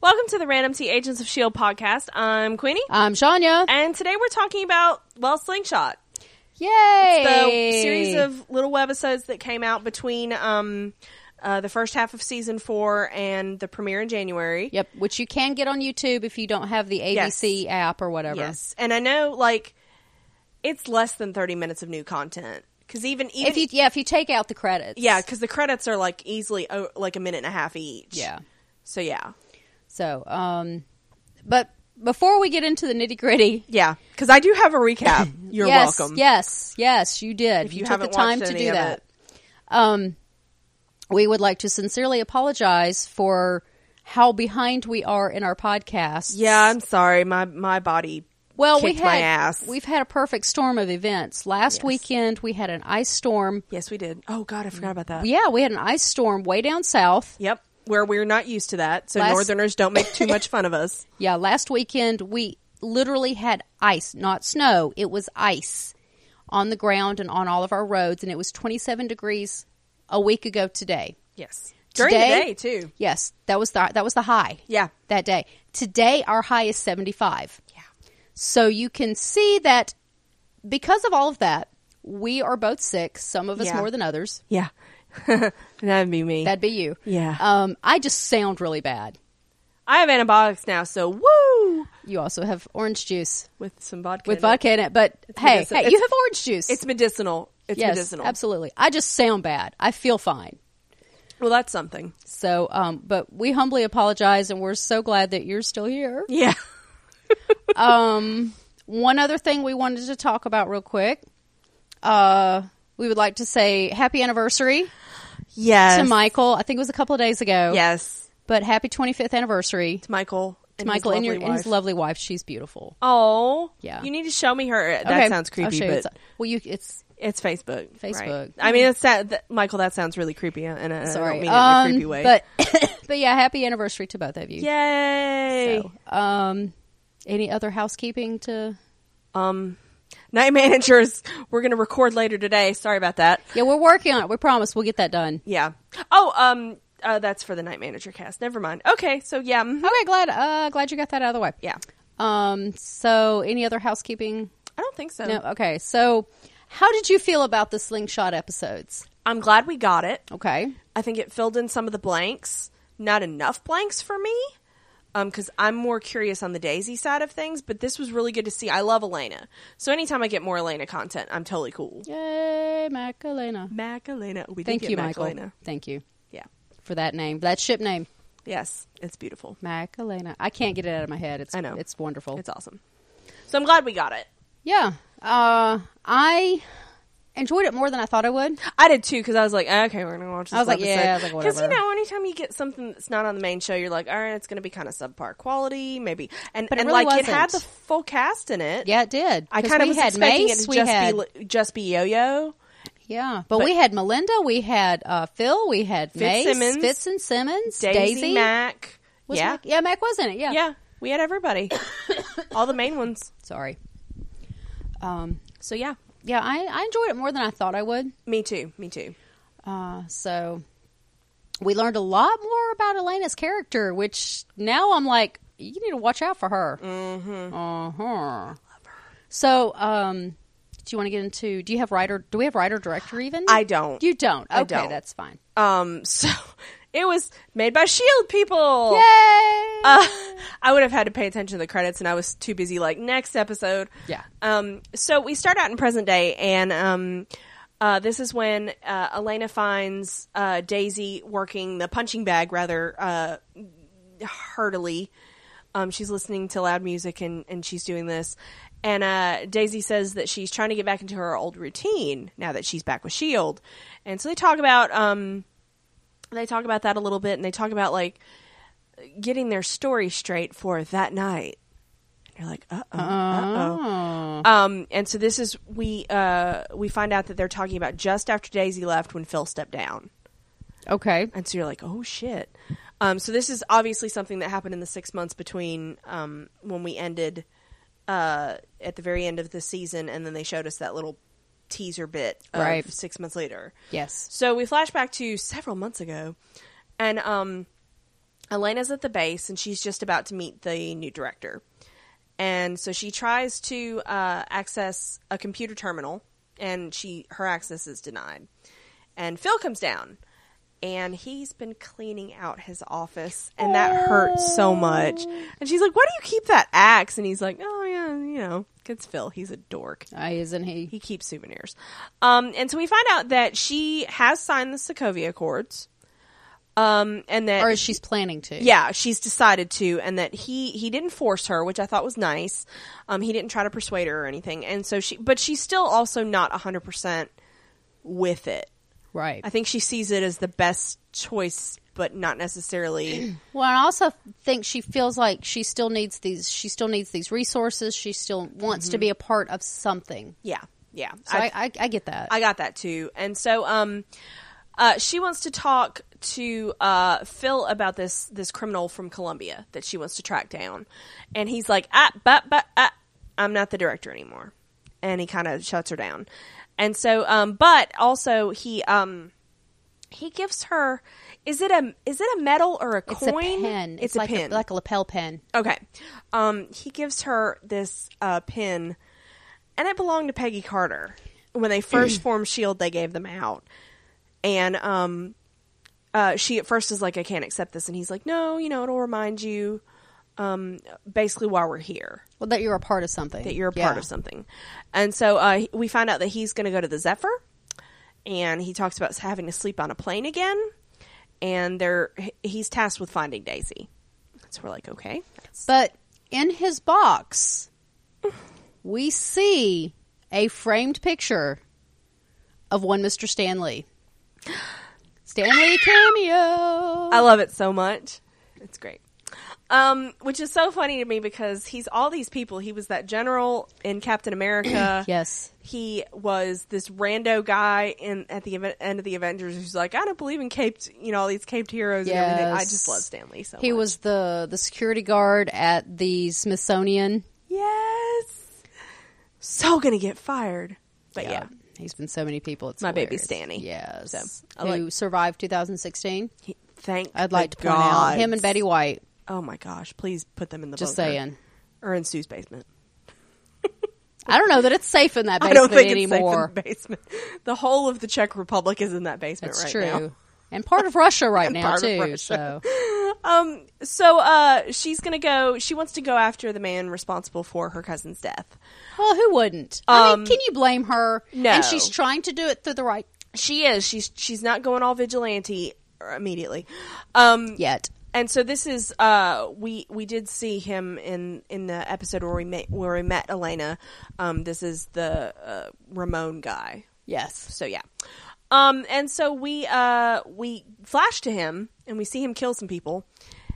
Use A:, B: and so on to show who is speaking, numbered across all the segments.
A: Welcome to the Random T Agents of S.H.I.E.L.D. E podcast. I'm Queenie.
B: I'm Shania.
A: And today we're talking about, well, Slingshot. The
B: Yay!
A: series of little webisodes that came out between um, uh, the first half of season four and the premiere in January.
B: Yep, which you can get on YouTube if you don't have the ABC app or whatever.
A: Yes. And I know, like, it's less than 30 minutes of new content. Because even, even
B: If you yeah, if you take out the credits.
A: yeah, because the credits are like easily oh, like a minute and a half each.
B: Yeah.
A: So yeah,
B: So, um but before we get into the nitty-gritty,
A: yeah. Because I do have a recap. You're
B: yes,
A: welcome.
B: Yes, yes, you did.
A: If
B: you,
A: you
B: took the
A: haven't
B: time
A: watched
B: to
A: any
B: do
A: of
B: that.
A: it.
B: Um, we would like to sincerely apologize for how behind we are in our podcast.
A: Yeah, I'm sorry. My my body.
B: well, we
A: kicked
B: had
A: my ass.
B: we've had a perfect storm of events. Last weekend we had an ice storm.
A: Yes, we did. Oh God, I forgot about that.
B: Yeah, we had an ice storm way down south.
A: Yep. Where we're not used to that, so
B: Last-
A: Northerners don't make too much fun of us.
B: Yeah, last weekend we literally had ice, not snow. It was ice on the ground and on all of our roads, and it was 27 degrees a week ago today.
A: Yes. During
B: Today-
A: the day too.
B: Yes, that was the that was the high.
A: Yeah.
B: that day. Today our high is 75.
A: Yeah.
B: So you can see that because of all of that, we are both sick, some of us
A: Yeah.
B: more than others.
A: Yeah. That'd be me.
B: That'd be you.
A: Yeah.
B: Um I just sound really bad.
A: I have antibiotics now, so woo
B: You also have orange juice
A: with some vodka.
B: with
A: in it.
B: vodka in it, but hey,
A: medicinal.
B: hey, you
A: It's-
B: have orange juice.
A: It's medicinal. It's
B: yes,
A: medicinal.
B: absolutely. I just sound bad. I feel fine.
A: Well, that's something.
B: So, um, but we humbly apologize, and we're so glad that you're still here.
A: Yeah.
B: um, one other thing we wanted to talk about real quick. Uh, we would like to say happy anniversary
A: Yes.
B: to Michael. I think it was a couple of days ago.
A: Yes.
B: But happy 25th anniversary
A: To Michael.
B: to Michael and, your,
A: lovely
B: and his
A: wife.
B: lovely wife. She's beautiful.
A: Oh,
B: Yeah.
A: You need to show me her. That
B: Okay,
A: sounds
B: I'll
A: creepy,
B: show you.
A: but
B: It's- well, you it's
A: it's Facebook. right.
B: Facebook.
A: I mean, it's that, that- Michael. That sounds really creepy, and I,
B: sorry,
A: I don't mean it in a
B: Um,
A: creepy way.
B: But but yeah, happy anniversary to both of you.
A: yay!
B: So, um, any other housekeeping to?
A: Um, night managers. We're gonna record later today. Sorry about that.
B: Yeah, we're working on it. We promise we'll get that done.
A: Yeah. Oh, um, uh, that's for the night manager cast. Never mind. Okay, so yeah, mhm.
B: Okay, glad uh, glad you got that out of the way.
A: yeah.
B: Um. So, any other housekeeping?
A: I don't think so.
B: No. Okay. So, how did you feel about the slingshot episodes?
A: I'm glad we got it.
B: Okay.
A: I think it filled in some of the blanks. Not enough blanks for me, because I'm more curious on the Daisy side of things. But this was really good to see. I love Elena, so anytime I get more Elena content, I'm totally cool.
B: Yay, Macarena.
A: Macarena. We did
B: Thank
A: get
B: you, Michael.
A: Macarena.
B: Thank you
A: Yeah.
B: for that name, that ship name,
A: Yes, it's beautiful.
B: Macarena. I can't get it out of my head. It's
A: I know.
B: It's wonderful.
A: It's awesome. So I'm glad we got it.
B: yeah. Uh, I enjoyed it more than I thought I would.
A: I did too because I was like, okay, we're gonna watch. This
B: I was like, yeah, I was like,
A: because you
B: whatever.
A: know, anytime you get something that's not on the main show, you're like, all right, it's gonna be kind of subpar quality, maybe. And
B: But it
A: and
B: really
A: like it had the
B: wasn't.
A: full cast in it.
B: Yeah, it did.
A: I
B: 'Cause
A: kind of
B: we
A: was
B: had
A: expecting
B: Mace,
A: it to
B: we
A: just
B: had,
A: be li- just be Yo-Yo.
B: Yeah, but, we had Melinda, we had uh, Phil, we had Mace,
A: Fitzsimmons.
B: Fitz and Simmons,
A: Daisy,
B: Daisy,
A: Mac.
B: Was
A: yeah,
B: Mac, yeah, Mac was in it. Yeah,
A: yeah. We had everybody, all the main ones.
B: Sorry. Um,
A: So yeah,
B: yeah, I, I enjoyed it more than I thought I would.
A: me too. Me too.
B: Uh, so we learned a lot more about Elena's character, which now I'm like, you need to watch out for her. Mm-hmm. Uh huh. So, um, do you want to get into? Do you have writer? Do we have writer director even?
A: I don't.
B: You don't. Okay,
A: I don't.
B: that's fine.
A: Um, so it was made by Shield E people.
B: Yay!
A: Uh, I would have had to pay attention to the credits, and I was too busy. Like next episode.
B: Yeah.
A: Um. So we start out in present day, and um, uh, this is when uh, Elena finds uh, Daisy working the punching bag rather uh, heartily. Um, she's listening to loud music and, and she's doing this. And uh, Daisy says that she's trying to get back into her old routine now that she's back with S.H.I.E.L.D. E And so they talk about um, they talk about that a little bit and they talk about like getting their story straight for that night. And you're like, uh oh, uh oh. Um, and so this is we uh, we find out that they're talking about just after Daisy left when Phil stepped down.
B: okay.
A: And so you're like, oh shit. Um, so this is obviously something that happened in the six months between um, when we ended uh, at the very end of the season, and then they showed us that little teaser bit of
B: Right.
A: six months later.
B: Yes.
A: So we flash back to several months ago, and um, Elena's at the base and she's just about to meet the new director. And so she tries to uh, access a computer terminal and she her access is denied. And Phil comes down and he's been cleaning out his office and that hurts so much. And she's like, "Why do you keep that axe?" And he's like, "Oh yeah, you know, it's Phil. He's a dork."
B: I Uh, isn't
A: He keeps souvenirs. Um, and so we find out that she has signed the Sokovia Accords. Um, and that
B: or she's planning to.
A: yeah, she's decided to, and that he he didn't force her, which I thought was nice. Um, he didn't try to persuade her or anything, and so she, but she's still also not hundred percent with it.
B: Right.
A: I think she sees it as the best choice, but not necessarily.
B: Well, I also think she feels like she still needs these. She still needs these resources. She still wants to be a part of something.
A: yeah, yeah.
B: So I, I, I get that.
A: Mm-hmm. I got that too. And so um uh she wants to talk to uh Phil about this this criminal from Colombia that she wants to track down. And he's like, "Ah, but but ah, I'm not the director anymore." And he kind of shuts her down. And so um but also he um he gives her is it a is it a medal or a
B: it's
A: coin?
B: a pen. It's, like
A: a pin.
B: like a lapel pin.
A: Okay. Um, he gives her this uh, pin, and it belonged to Peggy Carter. When they first formed S.H.I.E.L.D., E they gave them out. And um, uh, she at first is like, I can't accept this. And he's like, No, you know, it'll remind you um, basically why we're here
B: Well, that you're a part of something.
A: that you're a
B: Yeah.
A: part of something. And so uh, he- we find out that he's going to go to the Zephyr, and he talks about having to sleep on a plane again. And they're, he- he's tasked with finding Daisy. So we're like, okay.
B: But in his box, we see a framed picture of one Mister Stanley. Stanley cameo.
A: I love it so much. It's great. Um, which is so funny to me because he's all these people. He was that general in Captain America.
B: Yes.
A: He was this rando guy in at the event, end of the Avengers who's like, I don't believe in caped, you know, all these caped heroes and everything. I
B: Yes.
A: just love Stanley so
B: He
A: much.
B: was the the security guard at the Smithsonian.
A: yes, so gonna get fired. But yeah,
B: He's been so many people. It's
A: My baby
B: hilarious.
A: Stanny.
B: Yes.
A: So, I
B: Who survived 2016.
A: He, thank.
B: I'd like
A: the
B: to point out him
A: gods.
B: and Betty White.
A: Oh my gosh! Please put them in the
B: Just
A: bunker.
B: saying.
A: or in Sue's basement.
B: I don't know that it's safe in that
A: I
B: basement
A: don't think it's
B: anymore.
A: safe in the basement. The whole of the Czech Republic is in that basement
B: That's
A: right
B: true.
A: now.
B: And part of Russia right now
A: part of
B: too.
A: Russia.
B: So
A: So uh, she's gonna go. She wants to go after the man responsible for her cousin's death.
B: well, who wouldn't? I mean,
A: Um,
B: can you blame her?
A: no.
B: And she's trying to do it through the right
A: She is. She's she's not going all vigilante immediately. Um,
B: yet.
A: And so this is uh, we we did see him in in the episode where we met where we met Elena. Um, this is the uh, Ramon guy.
B: Yes.
A: So yeah. Um, and so we uh, we flash to him and we see him kill some people.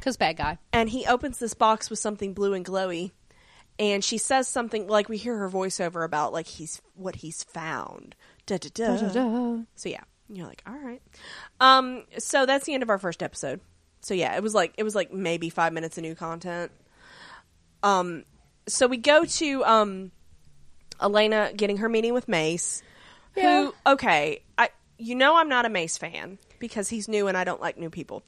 B: Cuz bad guy.
A: and he opens this box with something blue and glowy and she says something like we hear her voiceover about like he's what he's found da, da, da. so yeah you're like all right um so that's the end of our first episode so yeah it was like it was like maybe five minutes of new content um so we go to um elena getting her meeting with mace
B: Yeah.
A: who okay i you know i'm not a mace fan because he's new and i don't like new people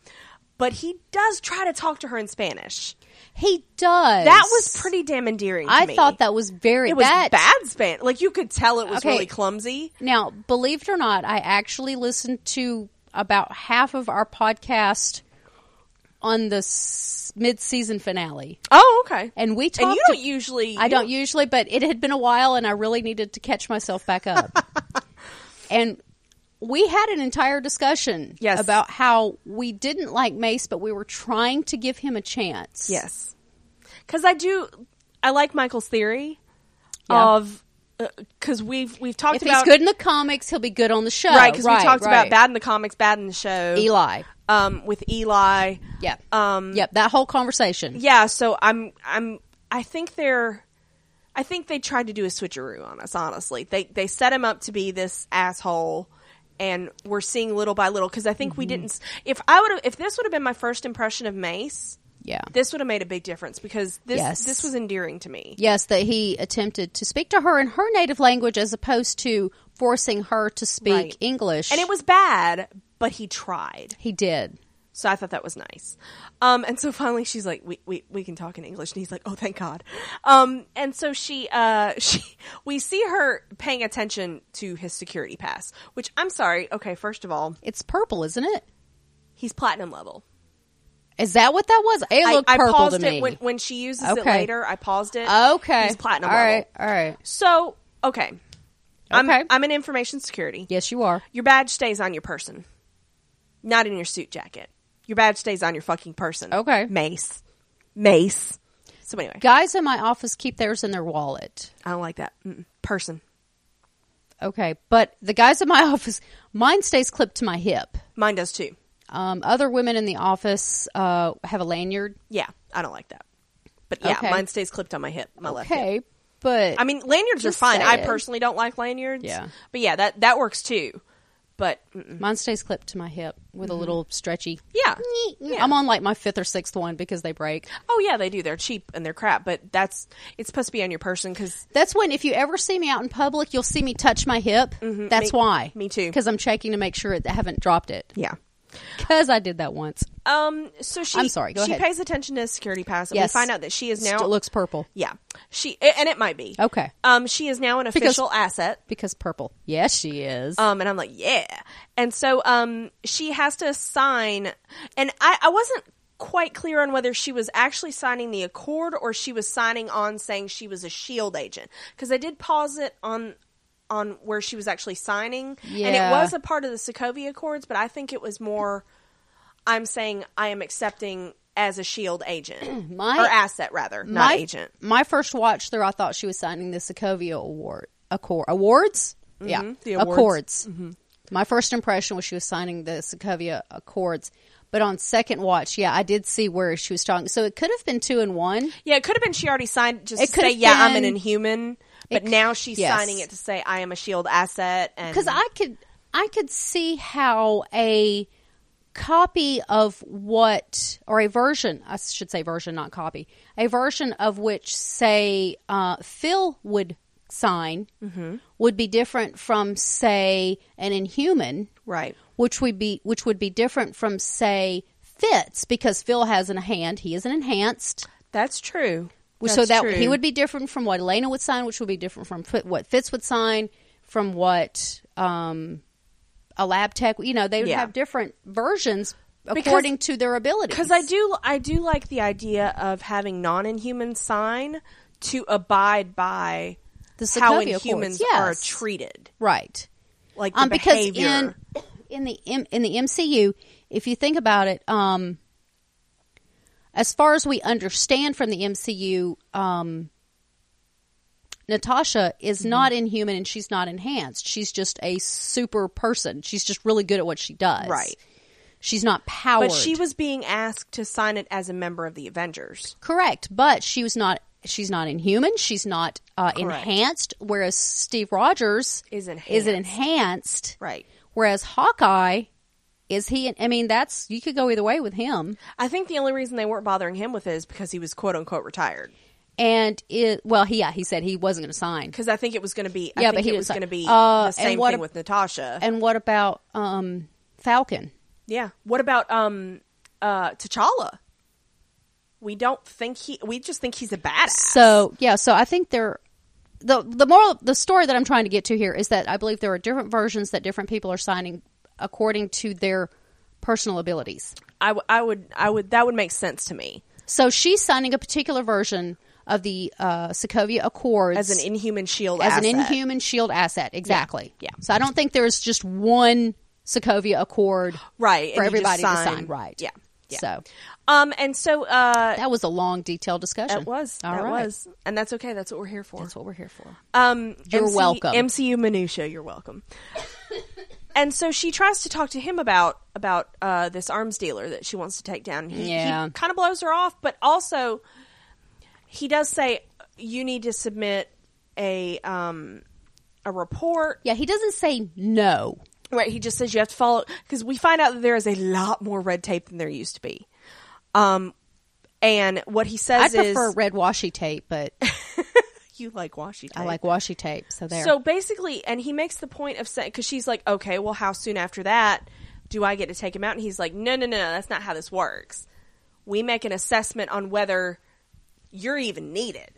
A: but he does try to talk to her in spanish
B: He does.
A: that was pretty damn endearing to
B: I
A: me.
B: thought that was very
A: it was
B: that-
A: bad span like you could tell it was
B: Okay.
A: really clumsy
B: Now, believe it or not, I actually listened to about half of our podcast on the s- mid-season finale,
A: oh okay
B: and we talked.
A: and you don't
B: a-
A: usually
B: I
A: you
B: don't usually, but it had been a while, and I really needed to catch myself back up. and we had an entire discussion
A: Yes.
B: about how we didn't like Mace, but we were trying to give him a chance.
A: Yes. Cuz I do I like Michael's theory
B: Yeah.
A: of uh 'cause we've we've talked
B: If
A: about
B: he's good in the comics, he'll be good on the show.
A: right cuz we talked about
B: right.
A: bad in the comics, bad in the show.
B: Eli.
A: um with Eli.
B: Yeah.
A: Um
B: yep. That whole conversation.
A: yeah, so I'm I'm I think they're I think they tried to do a switcheroo on us, honestly. They they set him up to be this asshole and we're seeing little by little cuz I think we didn't s- if I would have if this would have been my first impression of Mace,
B: Yeah.
A: this would have made a big difference because this
B: Yes.
A: this was endearing to me.
B: Yes, that he attempted to speak to her in her native language as opposed to forcing her to speak
A: Right.
B: English.
A: And it was bad, but he tried.
B: he did.
A: So I thought that was nice. Um, and so finally she's like, we, we, we can talk in English. And he's like, oh, thank God. Um, and so she, uh, she, we see her paying attention to his security pass, which I'm sorry. Okay. First of all,
B: It's purple, isn't it?
A: he's platinum level.
B: Is that what that was? It looked
A: I, I
B: purple
A: paused
B: to me.
A: it when, when she uses it
B: Okay.
A: later. I paused it.
B: okay.
A: He's platinum
B: All
A: level.
B: right. All right.
A: So, okay. I'm,
B: Okay.
A: I'm in information security.
B: Yes, you are.
A: Your badge stays on your person, not in your suit jacket. Your badge stays on your fucking person.
B: Okay.
A: Mace. Mace. So, anyway,
B: Guys in my office keep theirs in their wallet.
A: I don't like that. Mm-mm. Person.
B: Okay. But the guys in my office, mine stays clipped to my hip.
A: Mine does too.
B: Um, other women in the office uh, have a lanyard.
A: Yeah, I don't like that. But yeah,
B: Okay.
A: mine stays clipped on my hip, my left hip.
B: Okay. But
A: I mean, lanyards
B: Just
A: are fine. I
B: saying.
A: personally don't like lanyards.
B: Yeah.
A: But yeah, that, that works too. But mm-mm.
B: mine stays clipped to my hip with a little stretchy.
A: Mm-hmm. yeah.
B: I'm on like my fifth or sixth one because they break.
A: Oh, yeah, they do. They're cheap and they're crap, but that's, it's supposed to be on your person because
B: That's when, if you ever see me out in public, you'll see me touch my hip. That's
A: Mm-hmm. Me-
B: why.
A: me too.
B: Because I'm checking to make sure that I haven't dropped it.
A: Yeah.
B: Because I did that once.
A: Um. So she.
B: I'm sorry, go
A: she
B: ahead.
A: pays attention to security pass, and
B: Yes.
A: we find out that she is now.
B: Still looks purple
A: yeah. She and it might be
B: Okay.
A: Um. She is now an
B: Because-
A: official asset.
B: because purple. Yes, she is.
A: Um. And I'm like, yeah. And so, um, she has to sign, and I, I wasn't quite clear on whether she was actually signing the accord or she was signing on saying she was a shield E agent because I did pause it on on where she was actually signing and it
B: Yeah.
A: was a part of the Sokovia Accords but I think it was more I'm saying I am accepting as a shield E agent
B: My-
A: or asset rather, not agent.
B: My first watch through, I thought she was signing the Sokovia Award. Accor- awards? Yeah.
A: Mm-hmm. the awards. Mm-hmm.
B: Accords. My first impression was she was signing the Sokovia Accords. But on second watch, yeah, I did see where she was talking. So it could have been two and one.
A: Yeah, it could have been she already signed just
B: It
A: to
B: could
A: say
B: have
A: yeah, I'm an
B: been-
A: inhuman, but
B: it c-
A: now she's
B: yes.
A: signing it to say I am a shield asset and
B: because I could I could see how a copy of what or a version I should say version not copy a version of which say uh, Phil would sign would be different from say an Inhuman
A: right.
B: which would be which would be different from say Fitz because Phil has in a hand he is an enhanced
A: That's true.
B: so
A: That's
B: that
A: true.
B: he would be different from what Elena would sign, which would be different from fit- what Fitz would sign, from what um, a lab tech. You know, they would
A: Yeah.
B: have different versions
A: Because-
B: according to their ability.
A: because I do I do like the idea of having non-inhuman sign to abide by
B: The
A: how
B: Sokovia
A: inhumans
B: Accords,
A: are
B: yes.
A: treated,
B: right?
A: like the
B: Um, because
A: behavior.
B: in in the M- in the MCU, if you think about it, um, as far as we understand from the MCU, um, Natasha
A: Mm-hmm.
B: is not inhuman and she's not enhanced. She's just a super person. She's just really good at what she does.
A: Right.
B: She's not powered.
A: but she was being asked to sign it as a member of the Avengers.
B: correct, but she was not. She's not inhuman. She's not uh,
A: Correct.
B: enhanced. Whereas Steve Rogers
A: Is
B: Is
A: enhanced.
B: enhanced.
A: Right.
B: Whereas Hawkeye, is he? I mean, that's you could go either way with him.
A: I think the only reason they weren't bothering him with it is because he was quote unquote retired.
B: And it, well, he yeah, he said he wasn't going to sign.
A: Because I think it was going to be, I
B: Yeah,
A: think
B: but he
A: it
B: didn't
A: was
B: sign.
A: going to be
B: Uh,
A: the
B: and
A: same
B: what
A: thing
B: ab-
A: with Natasha.
B: And what about um, Falcon?
A: yeah. What about um, uh, T'Challa? We don't think he. We just think he's a badass.
B: So yeah, so I think there. The, the moral the story that I'm trying to get to here is that I believe there are different versions that different people are signing according to their personal abilities.
A: I, w- I would. I would. That would make sense to me
B: So she's signing a particular version of the uh, Sokovia Accords
A: as an Inhuman Shield.
B: as an
A: E asset.
B: inhuman shield asset. Exactly.
A: Yeah.
B: So I don't think there's just one Sokovia Accord
A: Right,
B: for
A: and you just
B: everybody to
A: sign.
B: sign. Right.
A: Yeah. Yeah.
B: So
A: Um. And so. Uh.
B: that was a long, detailed discussion.
A: That was.
B: All
A: that
B: right.
A: was. And that's okay. That's what we're here for.
B: That's what we're here for.
A: Um,
B: You're
A: MC
B: welcome.
A: MCU minutia. You're welcome. and so she tries to talk to him about about uh, this arms dealer that she wants to take down. He,
B: Yeah.
A: he kind of blows her off, but also he does say you need to submit a um, a report.
B: Yeah. He doesn't say no.
A: Right? He just says you have to follow because we find out that there is a lot more red tape than there used to be. Um, and what he
B: I'd
A: says is
B: prefer red washi tape, but
A: you like washi tape.
B: I like washi tape. So there.
A: So basically, and he makes the point of saying, because she's like, okay, well, how soon after that? do I get to take him out? And he's like, no, no, no, no, that's not how this works. We make an assessment on whether you're even needed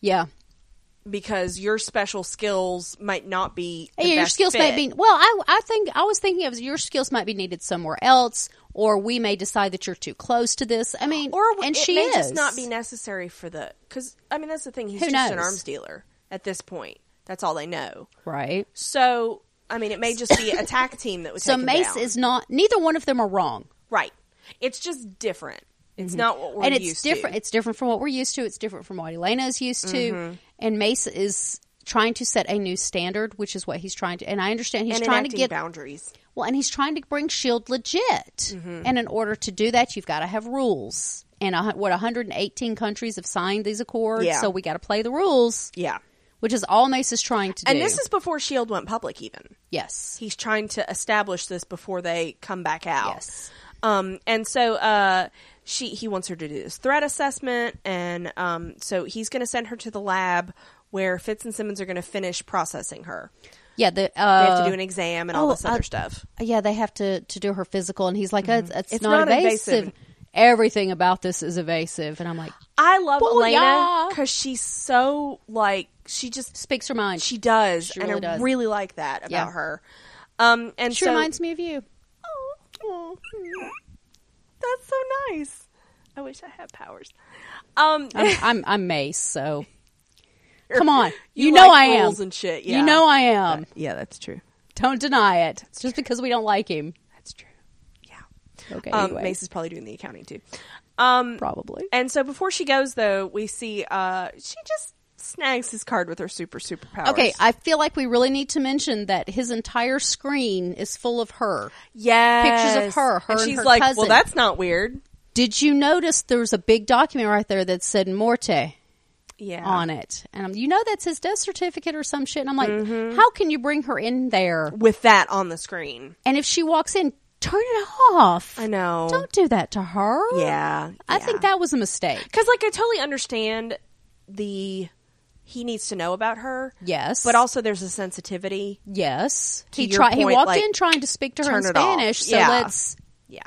B: Yeah.
A: because your special skills might not be. the
B: And your
A: best
B: skills
A: fit.
B: might be well. I I think I was thinking of your skills might be needed somewhere else, or we may decide that you're too close to this. I mean,
A: or it
B: and she
A: may
B: is
A: just not be necessary for the because I mean that's the thing. He's
B: Who
A: just an
B: knows?
A: arms dealer at this point. That's all they know.
B: right.
A: So I mean, it may just be a tack team that would.
B: So
A: take him
B: Mace
A: down.
B: is not. Neither one of them are wrong,
A: right. It's just different. It's not what we're
B: Mm-hmm. and it's
A: used
B: different.
A: to.
B: It's different from what we're used to. It's different from what Elena is used to,
A: Mm-hmm.
B: and Mace is trying to set a new standard, which is what he's trying to. And I understand he's
A: and
B: trying to
A: enacting
B: get
A: boundaries.
B: Well, and he's trying to bring Shield E legit.
A: Mm-hmm.
B: And in order to do that, you've got to have rules. And uh, what 118 countries have signed these accords,
A: Yeah.
B: so we got to play the rules,
A: Yeah.
B: which is all Mace is trying to
A: And
B: do.
A: this is before Shield E went public. Even
B: yes,
A: he's trying to establish this before they come back out.
B: Yes.
A: Um, and so uh, she he wants her to do this threat assessment, and um, so he's going to send her to the lab where Fitz and Simmons are going to finish processing her.
B: yeah. The,
A: They
B: uh,
A: have to do an exam and all
B: oh,
A: this other
B: uh,
A: stuff.
B: yeah, they have to to do her physical, and he's like, "Uh, it's,
A: Mm-hmm. It's
B: not,
A: not
B: evasive.
A: invasive.
B: Everything about this is evasive." And I'm like,
A: I love Elena
B: Booyah!
A: because she's so like she just
B: "Speaks her mind."
A: she does,
B: She
A: and
B: really
A: I
B: does.
A: really like that about
B: Yeah.
A: her. Um, and
B: She
A: so,
B: reminds me of you.
A: Oh, that's so nice. I wish I had powers. Um,
B: I'm I'm, I'm Mace, so come on, you,
A: you
B: know
A: like
B: I am.
A: rules and shit, yeah.
B: You know I am.
A: yeah, that's true.
B: Don't deny it. It's just because we don't like him.
A: That's true. Yeah.
B: Okay,
A: Um,
B: anyway.
A: Mace is probably doing the accounting too. Um,
B: probably.
A: and so before she goes, though, we see uh, she just snags his card with her super superpowers.
B: Okay, I feel like we really need to mention that his entire screen is full of her.
A: yeah,
B: pictures of her, her
A: and
B: and
A: she's
B: her
A: like,
B: cousin."
A: "Well, that's not weird."
B: Did you notice there was a big document right there that said Morte
A: Yeah,
B: on it? And I'm, you know that's his death certificate or some shit. And I'm like,
A: Mm-hmm.
B: how can you bring her in there?
A: with that on the screen.
B: And if she walks in, turn it off.
A: I know.
B: Don't do that to her.
A: Oh. yeah,
B: I think that was a mistake.
A: because like I totally understand the he needs to know about her.
B: Yes.
A: but also there's a sensitivity.
B: Yes. He
A: your
B: tried he
A: point,
B: walked
A: like,
B: in trying to speak to her
A: turn
B: in
A: it off.
B: Spanish, so
A: Yeah.
B: let's
A: Yeah,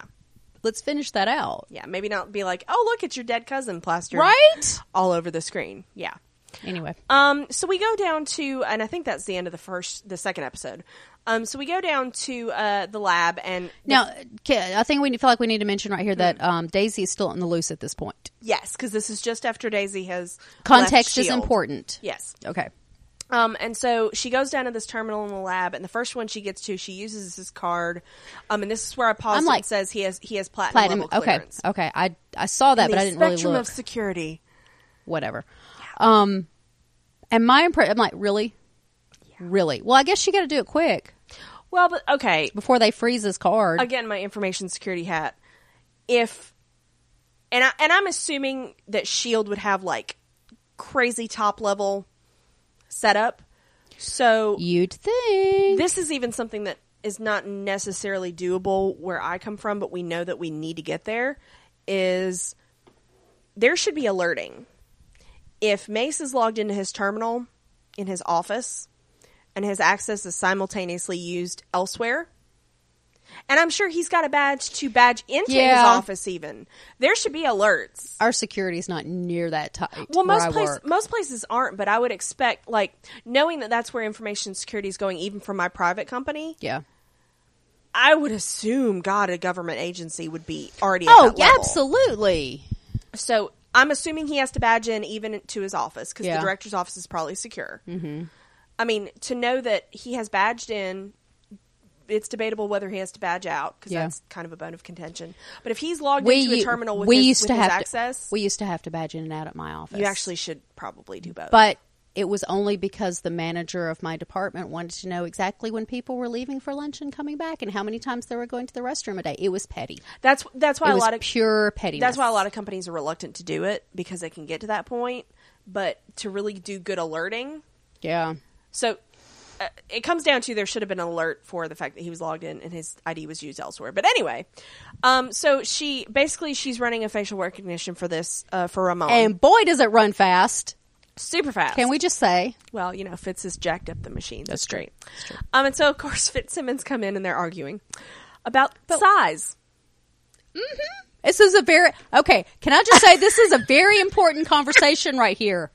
B: let's finish that out.
A: yeah. Maybe not be like, "Oh, look, it's your dead cousin plastered
B: Right?
A: all over the screen." Yeah.
B: Anyway.
A: Um, so we go down to, and I think that's the end of the first, the second episode. Um, so we go down to uh, the lab, and
B: Now, K- I think we feel like we need to mention right here
A: Hmm.
B: that um, Daisy is still on the loose at this point.
A: yes, because this is just after Daisy has left
B: Context is
A: S.H.I.E.L.D..
B: important.
A: Yes.
B: Okay.
A: Um, and so she goes down to this terminal in the lab, and the first one she gets to, she uses his card. Um, and this is where I paused.
B: I'm
A: and
B: like-
A: it says he has he has platinum,
B: Platinum.
A: level
B: Okay.
A: clearance.
B: Okay. I I saw that,
A: The
B: but I didn't really
A: spectrum
B: look.
A: of security.
B: Whatever. Um, and my impression, I'm like, really, really. Well, I guess you got to do it quick
A: Well, but okay.
B: before they freeze his card.
A: Again, my information security hat. If and I and I'm assuming that Shield E would have like crazy top level setup. So
B: You'd think.
A: this is even something that is not necessarily doable where I come from, but we know that we need to get there. Is there should be alerting if Mace is logged into his terminal in his office and his access is simultaneously used elsewhere. And I'm sure he's got a badge to badge into his
B: Yeah.
A: office. Even there should be alerts.
B: Our security is not near that tight.
A: Well,
B: where
A: most
B: I
A: places
B: work.
A: most places aren't, but I would expect like knowing that that's where information security is going, even from my private company.
B: Yeah.
A: I would assume God, a government agency would be already. At
B: Oh,
A: that
B: yeah,
A: level.
B: absolutely.
A: So I'm assuming he has to badge in even to his office because
B: Yeah.
A: the director's office is probably secure. Mm-hmm. I mean, to know that he has badged in, it's debatable whether he has to badge out because
B: Yeah.
A: that's kind of a bone of contention. But if he's logged
B: We
A: into a
B: u-
A: terminal with
B: we
A: his,
B: used
A: with
B: to
A: his
B: have
A: access,
B: To, we used to have to badge in and out at my office.
A: you actually should probably do both.
B: but it was only because the manager of my department wanted to know exactly when people were leaving for lunch and coming back and how many times they were going to the restroom a day. It was petty.
A: that's that's why
B: It
A: a
B: was
A: lot of
B: pure pettiness.
A: That's why a lot of companies are reluctant to do it because they can get to that point. But to really do good alerting,
B: yeah.
A: so uh, it comes down to there should have been an alert for the fact that he was logged in and his ID was used elsewhere. But anyway, um, so she basically she's running a facial recognition for this uh, for Ramon
B: And boy, does it run fast.
A: super fast.
B: Can we just say?
A: Well, you know, Fitz has jacked up the machine. That's, great. Um, and so of course Fitzsimmons come in and they're arguing. about size.
B: This is a very okay. Can I just say this is a very important conversation right here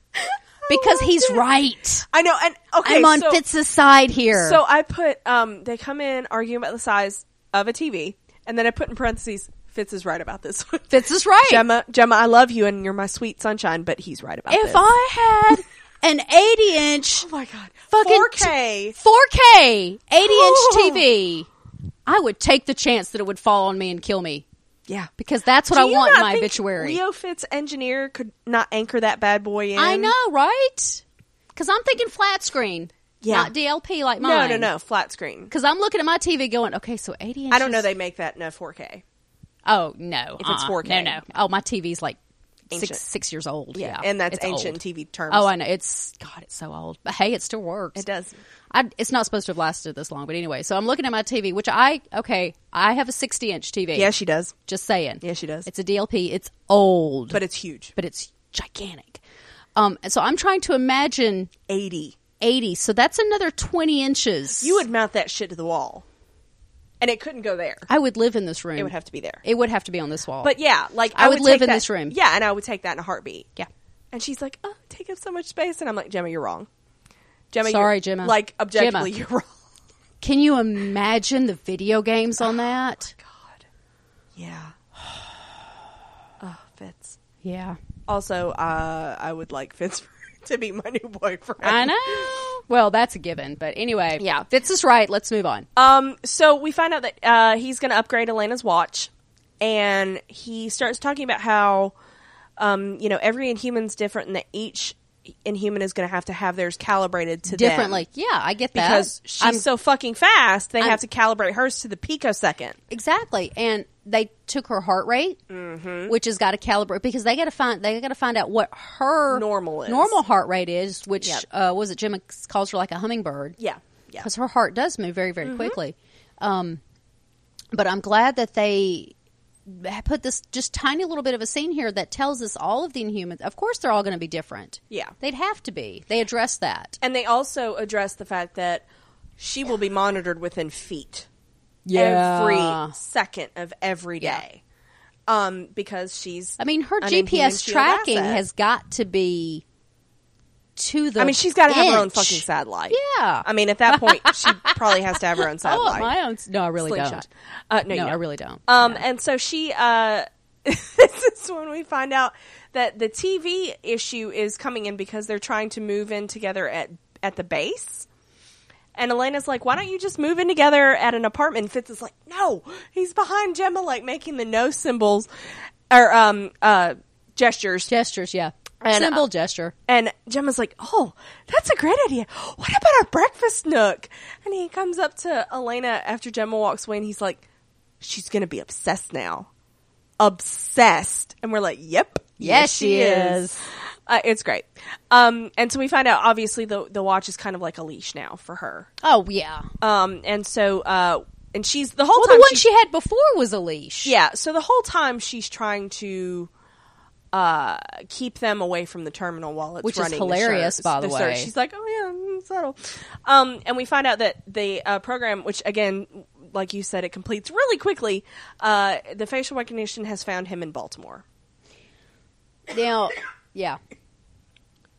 B: because
A: Oh,
B: he's right.
A: I know, and okay,
B: I'm on
A: so,
B: Fitz's side here.
A: so I put um, they come in arguing about the size of a TV, and then I put in parentheses, Fitz is right about this one.
B: Fitz is right.
A: Gemma, Gemma, I love you, and you're my sweet sunshine, but he's right about
B: if
A: this.
B: I had an 80 inch
A: oh my god,
B: fucking
A: 4K.
B: 4K 80 inch
A: Oh.
B: TV, I would take the chance that it would fall on me and kill me
A: yeah,
B: because that's what
A: Do
B: I
A: you
B: want in
A: not
B: my
A: think
B: obituary.
A: Leo Fitz engineer could not anchor that bad boy in.
B: I know, right? Because I'm thinking flat screen,
A: Yeah.
B: not DLP like
A: No,
B: mine.
A: no, no, flat screen.
B: Because I'm looking at my TV going, okay, so 80 inches.
A: I don't know they make that in a 4K.
B: Oh no!
A: If it's
B: uh-uh.
A: 4K.
B: no, no. Oh, my TV's like
A: Ancient.
B: six six years old.
A: Yeah,
B: Yeah,
A: and that's
B: It's
A: ancient
B: old.
A: TV terms.
B: Oh, I know. It's God, it's so old. But hey, it still works.
A: It does.
B: I, it's not supposed to have lasted this long, but anyway. So I'm looking at my TV, which I okay. I have a 60 inch TV.
A: Yeah, she does,
B: just saying.
A: Yeah, she does.
B: It's a DLP. It's old,
A: but it's huge.
B: but it's gigantic. Um, so I'm trying to imagine
A: 80.
B: 80. So that's another 20 inches.
A: You would mount that shit to the wall, and it couldn't go there.
B: I would live in this room.
A: It would have to be there.
B: It would have to be on this wall.
A: But yeah, like I,
B: I would live
A: take
B: in
A: that-
B: this room.
A: Yeah, and I would take that in a heartbeat.
B: yeah.
A: And she's like, "Oh, take up so much space," and I'm like, "Gemma, you're wrong." Gemma,
B: Sorry,
A: you're,
B: Gemma.
A: Like objectively,
B: Gemma.
A: you're wrong.
B: Can you imagine the video games on that?
A: Oh God. Yeah. Oh, Fitz.
B: Yeah.
A: Also, uh, I would like Fitz to be my new boyfriend.
B: I know. Well, that's a given. But anyway,
A: Yeah.
B: Fitz is right. Let's move on.
A: Um, so we find out that uh, he's going to upgrade Elena's watch, and he starts talking about how, um, you know, every Inhuman's different, and that each Inhuman is going to have to have theirs calibrated to them.
B: Differently. Yeah, I get that.
A: because she's
B: I'm-
A: so fucking fast. They
B: I'm-
A: have to calibrate hers to the picosecond.
B: exactly. And they took her heart rate,
A: Mm-hmm.
B: which has got to calibrate because they got to find they got to find out what her
A: Normal is.
B: normal heart rate is, which
A: Yep.
B: uh, was it? Jim calls her like a hummingbird.
A: Yeah, yeah. Mm-hmm.
B: because her heart does move very very quickly um, but i'm glad that they put this just tiny little bit of a scene here that tells us all of the inhumans of course they're all going to be different
A: Yeah.
B: they'd have to be they address that
A: And they also address the fact that she will be monitored within feet every second of every day, um, because she's.
B: i mean her
A: an Inhuman
B: gps
A: shield
B: tracking
A: asset.
B: has got to be to the
A: I mean, she's got to have her own
B: inch.
A: fucking satellite.
B: Yeah.
A: I mean, at that point, she probably has to have her own
B: I
A: satellite.
B: want Oh, my own no i really
A: Slingshot. Uh,
B: don't
A: no, you
B: i
A: don't.
B: really don't
A: Um, and so she, uh, this is when we find out that the TV issue is coming in because they're trying to move in together at at the base. And Elena's like, "Why don't you just move in together at an apartment?" Fitz is like, "No, he's behind Gemma, like making the no symbols or um uh gestures."
B: gestures yeah
A: And, uh,
B: symbol gesture
A: And Gemma's like, "Oh, that's a great idea. What about our breakfast nook?" And he comes up to Elena after Gemma walks away, and he's like, "She's gonna be obsessed now, obsessed." And we're like, "Yep,
B: Yes, she is.
A: Uh, it's great." Um, and so we find out obviously the the watch is kind of like a leash now for her.
B: oh yeah
A: Um, and so uh, and she's the whole
B: well
A: time
B: the one
A: she's-
B: she had before was a leash
A: yeah, so the whole time she's trying to uh, keep them away from the terminal while it's
B: Which is
A: running.
B: hilarious,
A: the search,
B: by the
A: search.
B: way.
A: She's like, "Oh yeah, mm, subtle," um, and we find out that the uh, program, which again, like you said, it completes really quickly. Uh, the facial recognition has found him in Baltimore.
B: Now, yeah.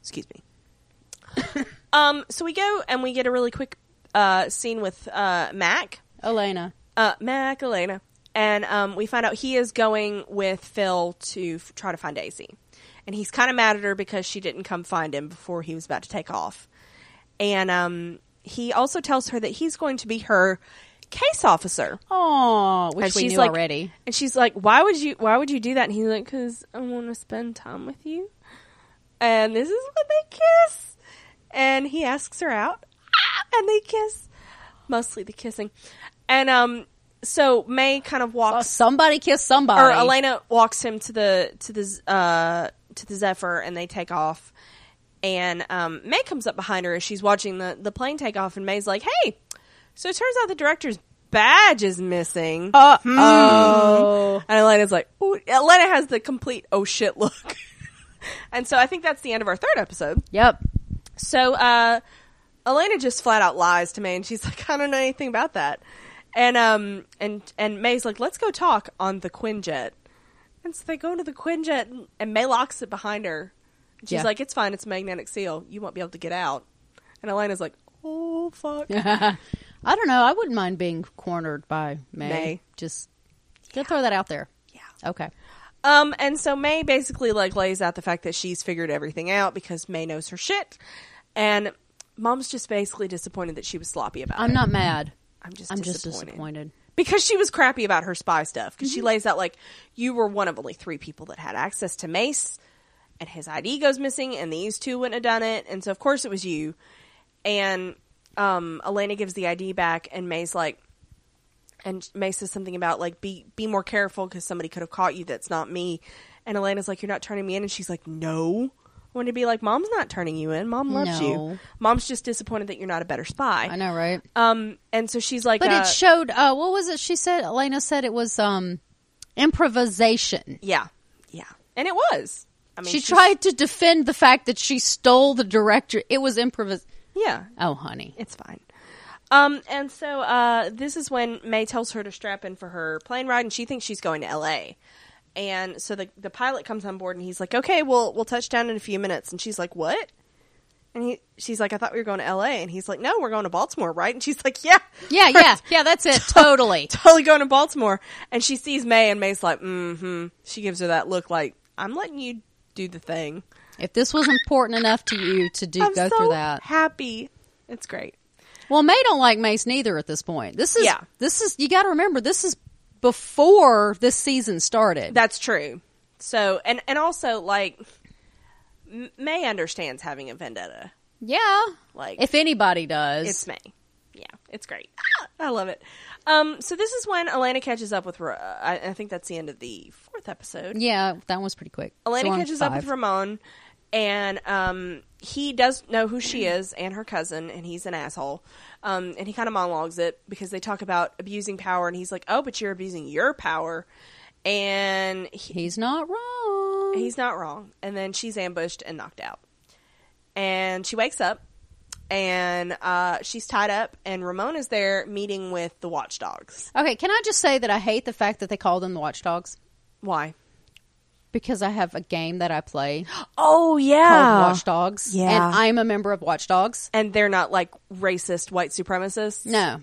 A: Excuse me. um, so we go and we get a really quick uh, scene with uh, Mac.
B: Elena.
A: uh, Mac Elena, and um, we find out he is going with Phil to f- try to find Daisy, and he's kind of mad at her because she didn't come find him before he was about to take off, and um, he also tells her that he's going to be her case officer.
B: Oh,
A: And
B: which we
A: she's
B: knew
A: like,
B: already.
A: and she's like, "Why would you? Why would you do that?" And he's like, "Cause I want to spend time with you." And this is when they kiss. And he asks her out, Ah, and they kiss, mostly the kissing. And um, so May kind of
B: Oh,
A: walks
B: somebody kissed somebody.
A: or Elena walks him to the to the uh, to the Zephyr, and they take off. And um, May comes up behind her as she's watching the the plane take off, and May's like, "Hey!" So it turns out the director's badge is missing,
B: Uh,
A: Hmm.
B: oh.
A: Um, and Elena's like, Ooh. "Elena has the complete oh shit look." and so I think that's the end of our third episode.
B: Yep.
A: So uh, Elena just flat out lies to May, and she's like, "I don't know anything about that." And um and and May's like, let's go talk on the Quinjet. And so they go into the Quinjet, and, and May locks it behind her. And she's
B: Yeah.
A: like, it's fine, it's a magnetic seal. You won't be able to get out. And Elena's like, oh fuck.
B: I don't know. I wouldn't mind being cornered by May.
A: May.
B: Just gonna throw that out there.
A: yeah.
B: Okay.
A: Um, and so May basically like lays out the fact that she's figured everything out because May knows her shit, and Mom's just basically disappointed that she was sloppy about
B: I'm
A: it.
B: not mad.
A: I'm just
B: I'm
A: disappointed.
B: just disappointed.
A: because she was crappy about her spy stuff. Because she
B: Mm-hmm.
A: lays out like you were one of only three people that had access to Mace, and his ID goes missing, and these two wouldn't have done it, and so of course it was you. And um, Elena gives the ID back, and May's like, and May says something about like be be more careful because somebody could have caught you. That's not me. And Elena's like, you're not turning me in, and she's like, no. I want to be like, mom's not turning you in. Mom loves you.
B: No.
A: Mom's just disappointed that you're not a better spy.
B: I know, right?
A: Um, and so she's like,
B: But
A: uh,
B: it showed. Uh, what was it? She said Elena said it was um, improvisation.
A: Yeah, yeah, and it was. I mean,
B: she
A: she's-
B: tried to defend the fact that she stole the director. It was improvis.
A: Yeah,
B: Oh, honey.
A: it's fine. Um, and so uh, this is when May tells her to strap in for her plane ride, and she thinks she's going to L.A. And so the the pilot comes on board, and he's like, "Okay, we'll we'll touch down in a few minutes." And she's like, "What?" And he, she's like, "I thought we were going to L.A." And he's like, "No, we're going to Baltimore, right?" And she's like, "Yeah,
B: Yeah, yeah, yeah. That's it. Totally.
A: totally going to Baltimore." And she sees May, and May's like, "Mm-hmm." She gives her that look, like, "I'm letting you do the thing."
B: If this was important enough to you to do
A: I'm
B: go
A: so
B: through that,
A: happy. It's great.
B: Well, May don't like Mace neither at this point. This is
A: Yeah.
B: this is you got to remember this is before this season started.
A: That's true. So, and and also like M- May understands having a vendetta.
B: yeah,
A: Like
B: if anybody does,
A: it's May. Yeah, it's great. Ah, I love it. Um, so this is when Elena catches up with. Ra- I, I think that's the end of the fourth episode.
B: yeah, that one's pretty quick.
A: Elena
B: So I'm
A: catches up with
B: five.
A: Ramon, and um, he does know who she is and her cousin, and he's an asshole. Um, and he kind of monologues it because they talk about abusing power, and he's like, "Oh, but you're abusing your power," and he,
B: He's not wrong.
A: he's not wrong. And then she's ambushed and knocked out, and she wakes up, and uh, she's tied up, and Ramon is there meeting with the watchdogs.
B: okay, can I just say that I hate the fact that they call them the Watchdogs
A: Why?
B: because I have a game that I play
A: Oh
B: called
A: yeah,
B: Watchdogs,
A: Yeah.
B: and I'm a member of Watchdogs.
A: and they're not like racist white supremacists.
B: No,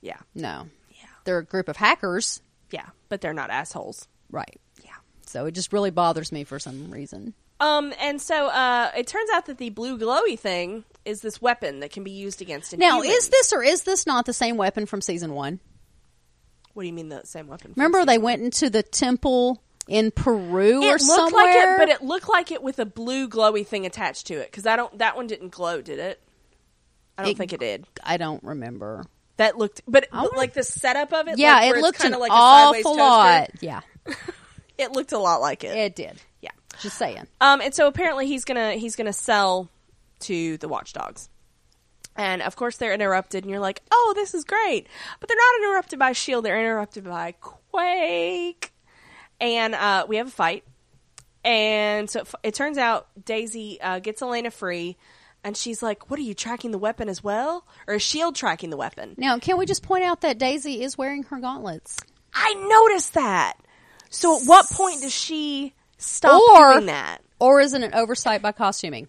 A: Yeah,
B: no,
A: yeah.
B: they're a group of hackers,
A: Yeah, but they're not assholes.
B: right?
A: Yeah.
B: So it just really bothers me for some reason.
A: Um, and so uh, it turns out that the blue glowy thing is this weapon that can be used against.
B: Now,
A: inhumans.
B: is this or is this not the same weapon from season one?
A: what do you mean the same weapon? from
B: Remember, they
A: season-
B: went into the temple in Peru
A: It
B: or
A: looked
B: somewhere.
A: like it, but it looked like it with a blue glowy thing attached to it. Because I don't. That one didn't glow, did it? I don't
B: It-
A: think it did.
B: I don't remember.
A: That looked, but,
B: I
A: but
B: wanna-
A: like the setup of it.
B: yeah,
A: like, where
B: it
A: it's
B: looked
A: kinda
B: an
A: like a sideways
B: awful
A: toaster,
B: lot. Yeah,
A: It looked a lot like it.
B: it did.
A: Yeah.
B: Just saying.
A: Um, and so apparently he's gonna he's gonna sell to the watchdogs. And of course they're interrupted, and you're like, "Oh, this is great!" But they're not interrupted by Shield; E they're interrupted by Quake. And uh, we have a fight, and so it, f- it turns out Daisy uh, gets Elena free, and she's like, "What are you tracking the weapon as well, or is Shield E tracking the weapon?"
B: Now, can we just point out that Daisy is wearing her gauntlets?
A: I noticed that. So at what point does she stop
B: Or-
A: doing that?
B: Or isn't it oversight by costuming?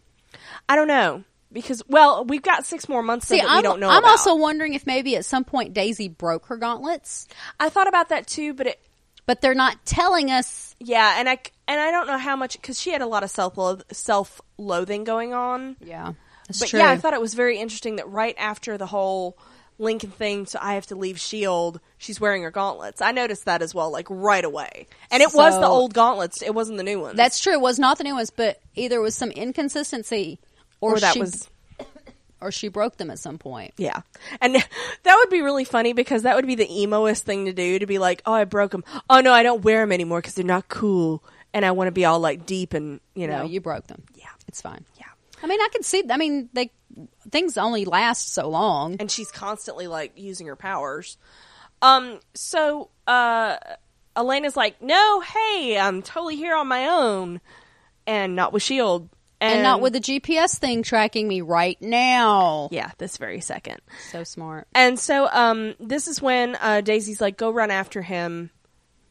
A: I don't know because well, we've got six more months
B: See,
A: that we
B: I'm,
A: don't know.
B: I'm
A: about.
B: also wondering if maybe at some point Daisy broke her gauntlets,
A: I thought about that too, but it
B: but they're not telling us.
A: yeah, and I c- and I don't know how much because she had a lot of self self loathing going on.
B: Yeah, that's
A: but
B: true.
A: yeah, I thought it was very interesting that right after the whole Lincoln thing, so I have to leave Shield. She's wearing her gauntlets. I noticed that as well, like right away. And it was the
B: So-
A: old gauntlets. It wasn't the new ones.
B: That's true. It was not the new ones, but either it was some inconsistency, or,
A: or that
B: she,
A: was
B: or she broke them at some point.
A: Yeah. And that would be really funny because that would be the emoist thing to do to be like, oh, I broke them. Oh, no, I don't wear them anymore because they're not cool. And I want to be all like deep and, you know.
B: No, you broke them.
A: Yeah.
B: It's fine.
A: yeah.
B: I mean, I can see. I mean, they things only last so long.
A: And she's constantly like using her powers. Um, so, uh, Elena's like, no, hey, I'm totally here on my own E and not with S.H.I.E.L.D.
B: and, not with the GPS thing tracking me right now.
A: yeah, this very second.
B: So smart.
A: And so um, this is when uh, Daisy's like, go run after him.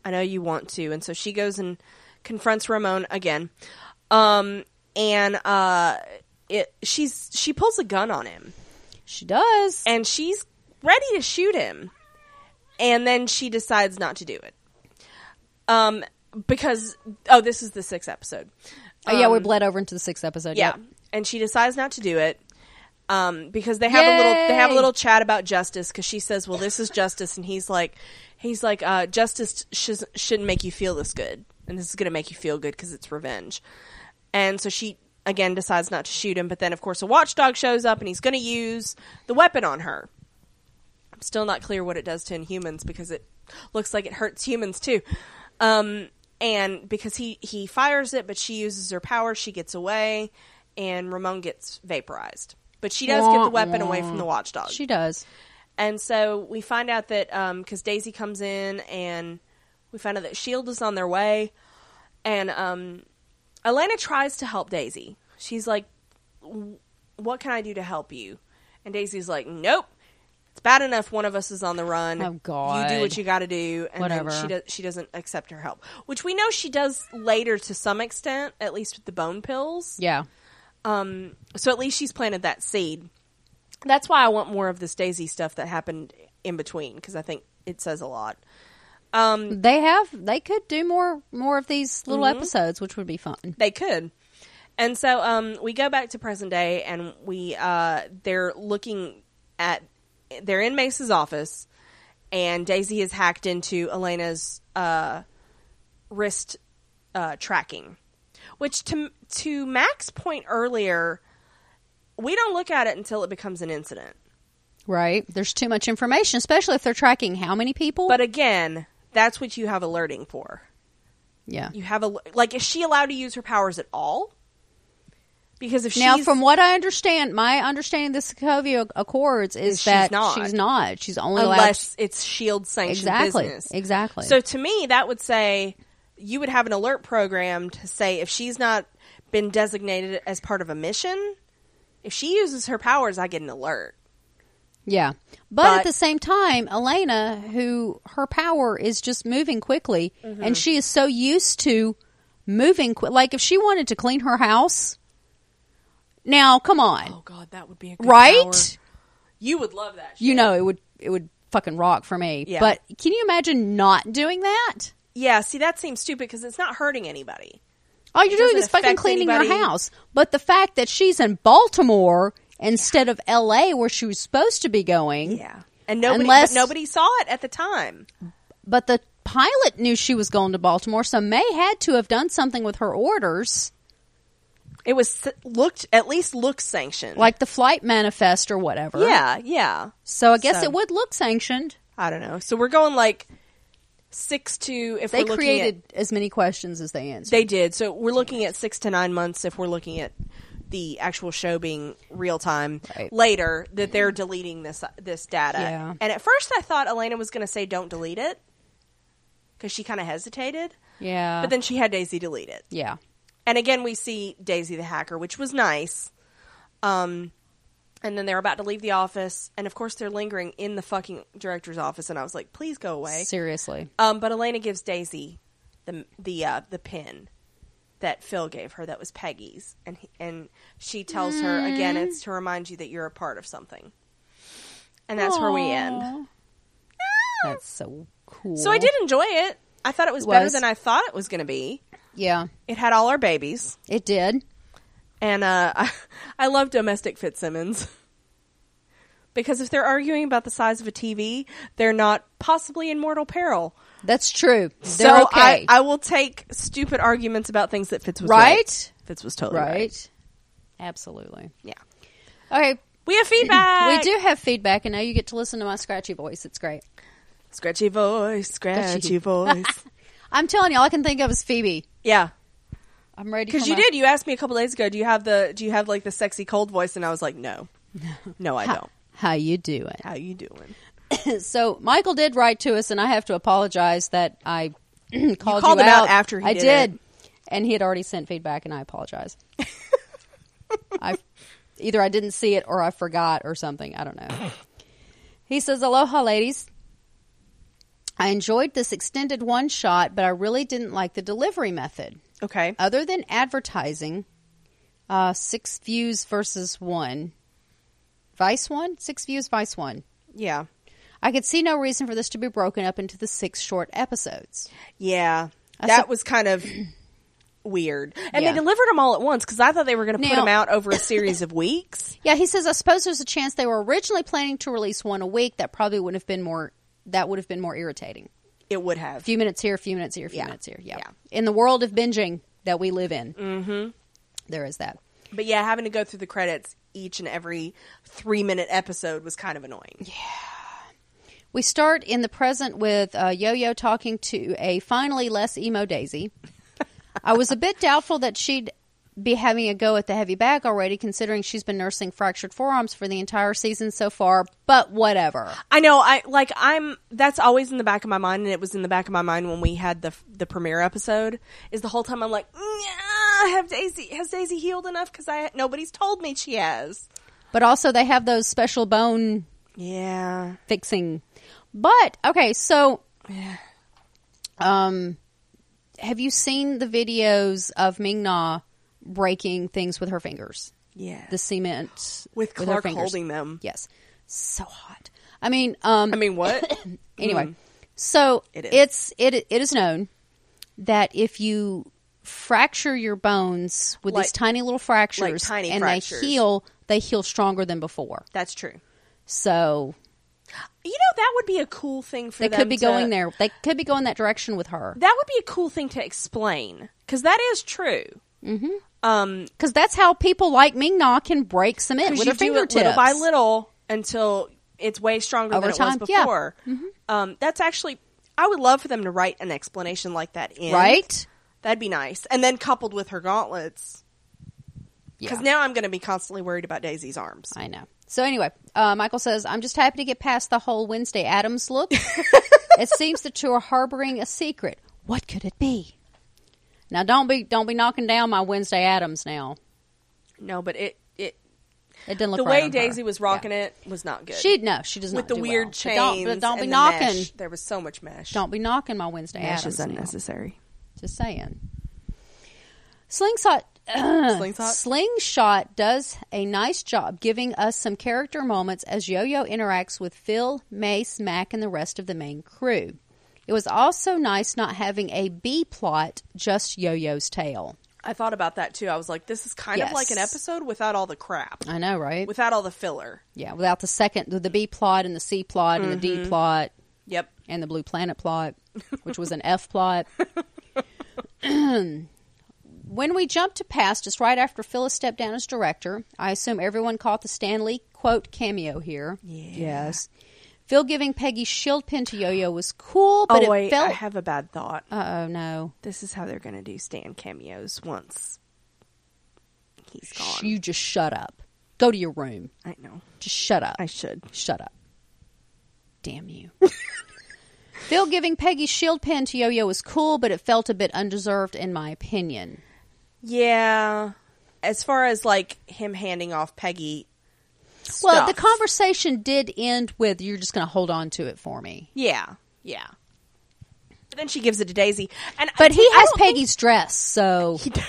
A: I know you want to. And so she goes and confronts Ramon again. Um, and uh, it, she's she pulls a gun on him
B: She does.
A: and she's ready to shoot him. And then she decides not to do it. Um, because, oh, this is the sixth episode.
B: oh yeah, we bled over into the sixth episode.
A: Um, Yeah,
B: Yep.
A: and she decides not to do it um, because they have a little they have a
B: Yay!
A: little chat about justice because she says, "Well, this is justice," and he's like, "He's like, uh, justice sh- shouldn't make you feel this good, and this is going to make you feel good because it's revenge." And so she again decides not to shoot him, but then of course a watchdog shows up and he's going to use the weapon on her. I'm still not clear what it does to inhumans because it looks like it hurts humans too. Um, and because he he fires it, but she uses her power, she gets away, and Ramon gets vaporized. But she does get the weapon away from the watchdog,
B: She does.
A: and so we find out that because Daisy comes in, and we find out that Shield E is on their way, and um, Elena tries to help Daisy. She's like, "W- "What can I do to help you?" And Daisy's like, "Nope." It's bad enough one of us is on the run.
B: Oh,
A: You do
B: God.
A: what you got to do, and
B: Whatever.
A: then she does. She doesn't accept her help, which we know she does later to some extent, at least with the bone pills.
B: Yeah.
A: Um, so at least she's planted that seed. That's why I want more of this Daisy stuff that happened in between because I think it says a lot. Um,
B: They have they could do more more of these little
A: Mm-hmm.
B: episodes, which would be fun.
A: they could, and so um, we go back to present day, and we uh, they're looking at they're in Mace's office, and Daisy has hacked into Elena's uh, wrist uh, tracking, which to to Mac's point earlier, we don't look at it until it becomes an incident.
B: Right. There's too much information, especially if they're tracking how many people.
A: But again, that's what you have alerting for.
B: yeah.
A: You have a like. Is she allowed to use her powers at all? Because if
B: Now,
A: she's
B: from what I understand, my understanding of the Sokovia Accords is
A: She's
B: that
A: not.
B: she's not. She's only allowed
A: unless it's shield E sanctioned
B: Exactly.
A: business,
B: Exactly.
A: So to me, that would say you would have an alert program to say if she's not been designated as part of a mission, if she uses her powers, I get an alert.
B: Yeah. But,
A: But-
B: at the same time, Elena, who her power is just moving quickly
A: Mm-hmm.
B: and she is so used to moving qui- like if she wanted to clean her house. Now, come on.
A: Oh God, that would be a good
B: right?
A: power. You would love that.
B: You know, it would it would fucking rock for me.
A: Yeah.
B: But can you imagine not doing that?
A: yeah. See, that seems stupid because it's not hurting anybody.
B: All you're doing
A: doesn't
B: is fucking
A: affect
B: cleaning your
A: anybody.
B: house. But the fact that she's in Baltimore instead of LA where she was supposed to be going,
A: and nobody
B: Unless-
A: but nobody saw it at the time.
B: But the pilot knew she was going to Baltimore, so May had to have done something with her orders,
A: It was s- looked at least looked sanctioned.
B: like the flight manifest or whatever.
A: yeah, yeah.
B: So I guess
A: So-
B: it would look sanctioned.
A: I don't know. So we're going like six to if
B: They
A: we're looking
B: created
A: At,
B: as many questions as they answered.
A: they did. So we're looking at six to nine months if we're looking at the actual show being real time
B: Right.
A: later that they're deleting this this data.
B: Yeah.
A: And at first I thought Elena was going to say don't delete it because she kind of hesitated,
B: yeah.
A: but then she had Daisy delete it.
B: yeah.
A: And again, we see Daisy the hacker, which was nice. Um, and then they're about to leave the office, and of course they're lingering in the fucking director's office. And I was like, please go away.
B: Seriously.
A: Um, but Elena gives Daisy the the uh, the pin that Phil gave her that was Peggy's, and he, and she tells her
B: Mm.
A: again it's to remind you that you're a part of something. And that's where we end.
B: Aw. That's so cool.
A: So I did enjoy it. I thought it was,
B: It
A: better
B: was.
A: than I thought it was going to be.
B: Yeah.
A: It had all our babies.
B: It did.
A: And uh, I, I love domestic Fitzsimmons. Because if they're arguing about the size of a TV, they're not possibly in mortal peril.
B: That's true. They're
A: so I,
B: okay.
A: I will take stupid arguments about things that Fitz was right.
B: Right?
A: Fitz was totally right.
B: right? Absolutely.
A: Yeah.
B: Okay.
A: We have feedback.
B: We do have feedback, and now you get to listen to my scratchy voice. It's great.
A: Scratchy voice, scratchy
B: Scratchy.
A: voice.
B: I'm telling you, all I can think of is Phoebe.
A: yeah.
B: I'm ready
A: Because
B: for
A: you
B: my-
A: did. You asked me a couple days ago, do you have the do you have like the sexy cold voice? And I was like, No. No, I don't.
B: How you doing?
A: How you doing?
B: so Michael did write to us, and I have to apologize that I called you,
A: called him out
B: out
A: after he
B: I
A: did
B: did,
A: it.
B: and he had already sent feedback, and I apologize. I either I didn't see it or I forgot or something. I don't know. He says, "Aloha, ladies. I enjoyed this extended one shot, but I really didn't like the delivery method.
A: Okay.
B: Other than advertising, uh, six views versus one, Vice one, six views, Vice one.
A: Yeah.
B: I could see no reason for this to be broken up into the six short episodes.
A: Yeah.
B: I
A: that
B: saw-
A: was kind of weird. And
B: Yeah.
A: they delivered them all at once because I thought they were going to put
B: Now-
A: them out over a series of weeks.
B: Yeah, he says, I suppose there's a chance they were originally planning to release one a week. That probably would have been more. That would have been more irritating.
A: It would have.
B: few minutes here, few minutes here, few
A: Yeah.
B: minutes here. Yeah.
A: Yeah.
B: In the world of binging that we live in, mm-hmm. is that.
A: But yeah, having to go through the credits each and every three minute episode was kind of annoying.
B: We start in the present with uh, Yo Yo talking to a finally less emo Daisy. I was a bit doubtful that she'd be having a go at the heavy bag already, considering she's been nursing fractured forearms for the entire season so far, but whatever.
A: I know. I like. I'm. That's always in the back of my mind, and it was in the back of my mind when we had the the premiere episode. Is the whole time I'm like, "Nyah, have Daisy has Daisy healed enough? Because I nobody's told me she has.
B: But also, they have those special bone
A: Yeah.
B: fixing. But okay, so um have you seen the videos of Ming Na breaking things with her fingers?
A: Yeah.
B: The cement
A: With
B: her
A: Clark
B: fingers.
A: holding them.
B: Yes. So hot. I mean, um
A: I mean, what?
B: anyway. So
A: Mm. It is.
B: it's it it is known that if you fracture your bones with these
A: Like-
B: tiny little fractures
A: tiny
B: and
A: fractures.
B: they heal, they heal stronger than before.
A: that's true.
B: So
A: You know, that would be a cool thing for
B: they
A: them
B: could be
A: to-
B: going there. They could be going that direction with her.
A: That would be a cool thing to explain because that is true. Mm-hmm. Um,
B: Because that's how people like Ming Na can break cement
A: 'cause
B: with
A: you
B: their
A: do
B: fingertips.
A: it little by little until it's way stronger
B: Over
A: than
B: time,
A: it was
B: yeah. Mm-hmm.
A: before. Um, that's actually, I would love for them to write an explanation like that in.
B: right?
A: That'd be nice. And then coupled with her gauntlets. Because now I'm going to be constantly worried about Daisy's arms.
B: I know. So anyway, uh, Michael says, "I'm just happy to get past the whole Wednesday Adams look. it seems that you are harboring a secret. What could it be? Now don't be don't be knocking down my Wednesday Adams. Now
A: No, but it, it
B: it didn't look
A: the
B: right
A: way
B: on
A: Daisy
B: her.
A: was rocking it was not good.
B: Yeah. She no, she does not
A: With the
B: do
A: weird
B: well. But
A: chains.
B: Don't, but don't be
A: and the
B: knocking.
A: mesh. There was so much mesh.
B: Don't be knocking my Wednesday
A: Mesh
B: Adams.
A: is
B: now.
A: unnecessary.
B: Just saying. Slingshot.
A: Slingshot?
B: Slingshot does a nice job giving us some character moments as Yo Yo interacts with Phil, Mace, Mac, and the rest of the main crew. It was also nice not having a B plot, just Yo Yo's tale.
A: I thought about that too. I was like, this is kind of like an
B: Yes.
A: episode without all the crap,
B: I know, right?
A: without all the filler.
B: yeah, without the second, the B plot and the C plot and the D plot.
A: Yep.
B: and the Blue Planet plot, which was an F plot. when we jump to past, just right after Phyllis stepped down as director, I assume everyone caught the Stanley quote cameo here. Yes. Phil giving Peggy shield pin to Yo Yo was cool, but
A: oh
B: it
A: wait, I
B: felt.
A: have a bad thought.
B: Uh oh, no.
A: This is how they're going to do Stan cameos once he's gone.
B: Sh- You just shut up. Go to your room.
A: I know.
B: Just shut up.
A: I should.
B: Shut up. Damn you. Phil giving Peggy shield pin to Yo Yo was cool, but it felt a bit undeserved, in my opinion.
A: Yeah. As far as like him handing off Peggy.
B: Well, the
A: stuff.
B: conversation did end with you're just going to hold on to it for me.
A: Yeah. Yeah. But then she gives it to Daisy, and
B: But he
A: I
B: has
A: don't think
B: Peggy's dress, so
A: He d-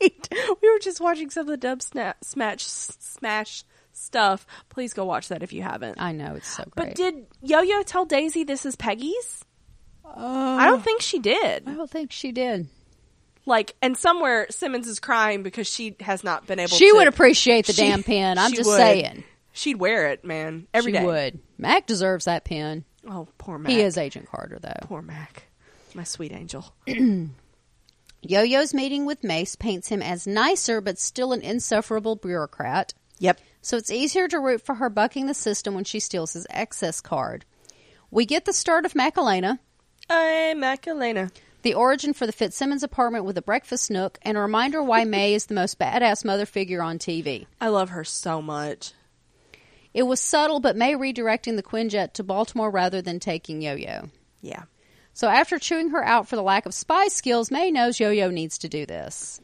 A: he d- we were just watching some of the dub snap, smash smash stuff. Please go watch that if you haven't.
B: I know it's so
A: but
B: great.
A: did Yo Yo tell Daisy this is Peggy's? I don't think she did.
B: I don't think she did.
A: Like, and somewhere Simmons is crying because she has not been able.
B: She
A: to,
B: would appreciate the
A: She-
B: damn pin. I'm
A: she
B: just
A: would.
B: saying.
A: She'd wear it, man. Every
B: she
A: day.
B: would. Mac deserves that pin.
A: Oh, poor Mac.
B: He is Agent Carter, though.
A: poor Mac, my sweet angel.
B: Yo Yo's meeting with Mace paints him as nicer, but still an insufferable bureaucrat.
A: Yep.
B: so it's easier to root for her bucking the system when she steals his excess card. We get the start of Macarena,
A: Hey, Macarena.
B: the origin for the Fitzsimmons apartment with a breakfast nook, and a reminder why May is the most badass mother figure on TV.
A: I love her so much.
B: It was subtle, but May redirecting the Quinjet to Baltimore rather than taking Yo Yo.
A: Yeah.
B: So after chewing her out for the lack of spy skills, May knows Yo Yo needs to do this.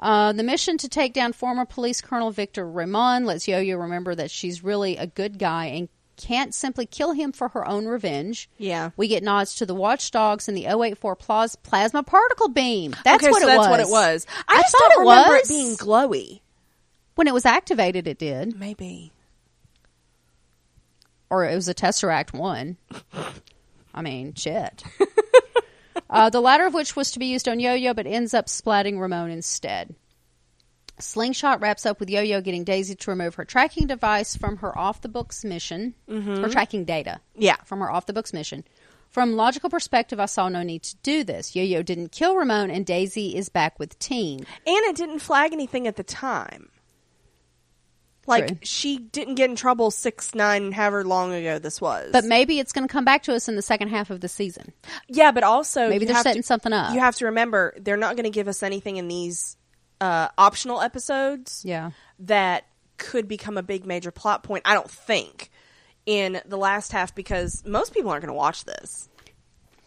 B: Uh, the mission to take down former police colonel Victor Ramon lets Yo Yo remember that she's really a good guy and can't simply kill him for her own revenge.
A: Yeah.
B: We get nods to the watchdogs and the 084 plas- plasma particle beam. That's
A: okay,
B: what
A: so
B: it
A: that's
B: was.
A: what it was. I, just
B: thought
A: don't
B: it
A: remember
B: was.
A: it being glowy.
B: When it was activated, it did.
A: Maybe.
B: Or it was a Tesseract 1. I mean, shit. uh, the latter of which was to be used on Yo Yo, but ends up splatting Ramon instead. Slingshot wraps up with Yo Yo getting Daisy to remove her tracking device from her off the books mission, or tracking data.
A: Yeah.
B: From her off the books mission. From logical perspective, I saw no need to do this. Yo Yo didn't kill Ramon, and Daisy is back with Teen.
A: And it didn't flag anything at the time. Like
B: True.
A: she didn't get in trouble six, nine, however long ago this was.
B: But maybe it's going to come back to us in the second half of the season.
A: yeah, but also
B: Maybe
A: you
B: they're
A: have to-
B: setting something up.
A: You have to remember they're not going to give us anything in these uh, optional episodes.
B: Yeah.
A: that could become a big major plot point. I don't think in the last half because most people aren't going to watch this.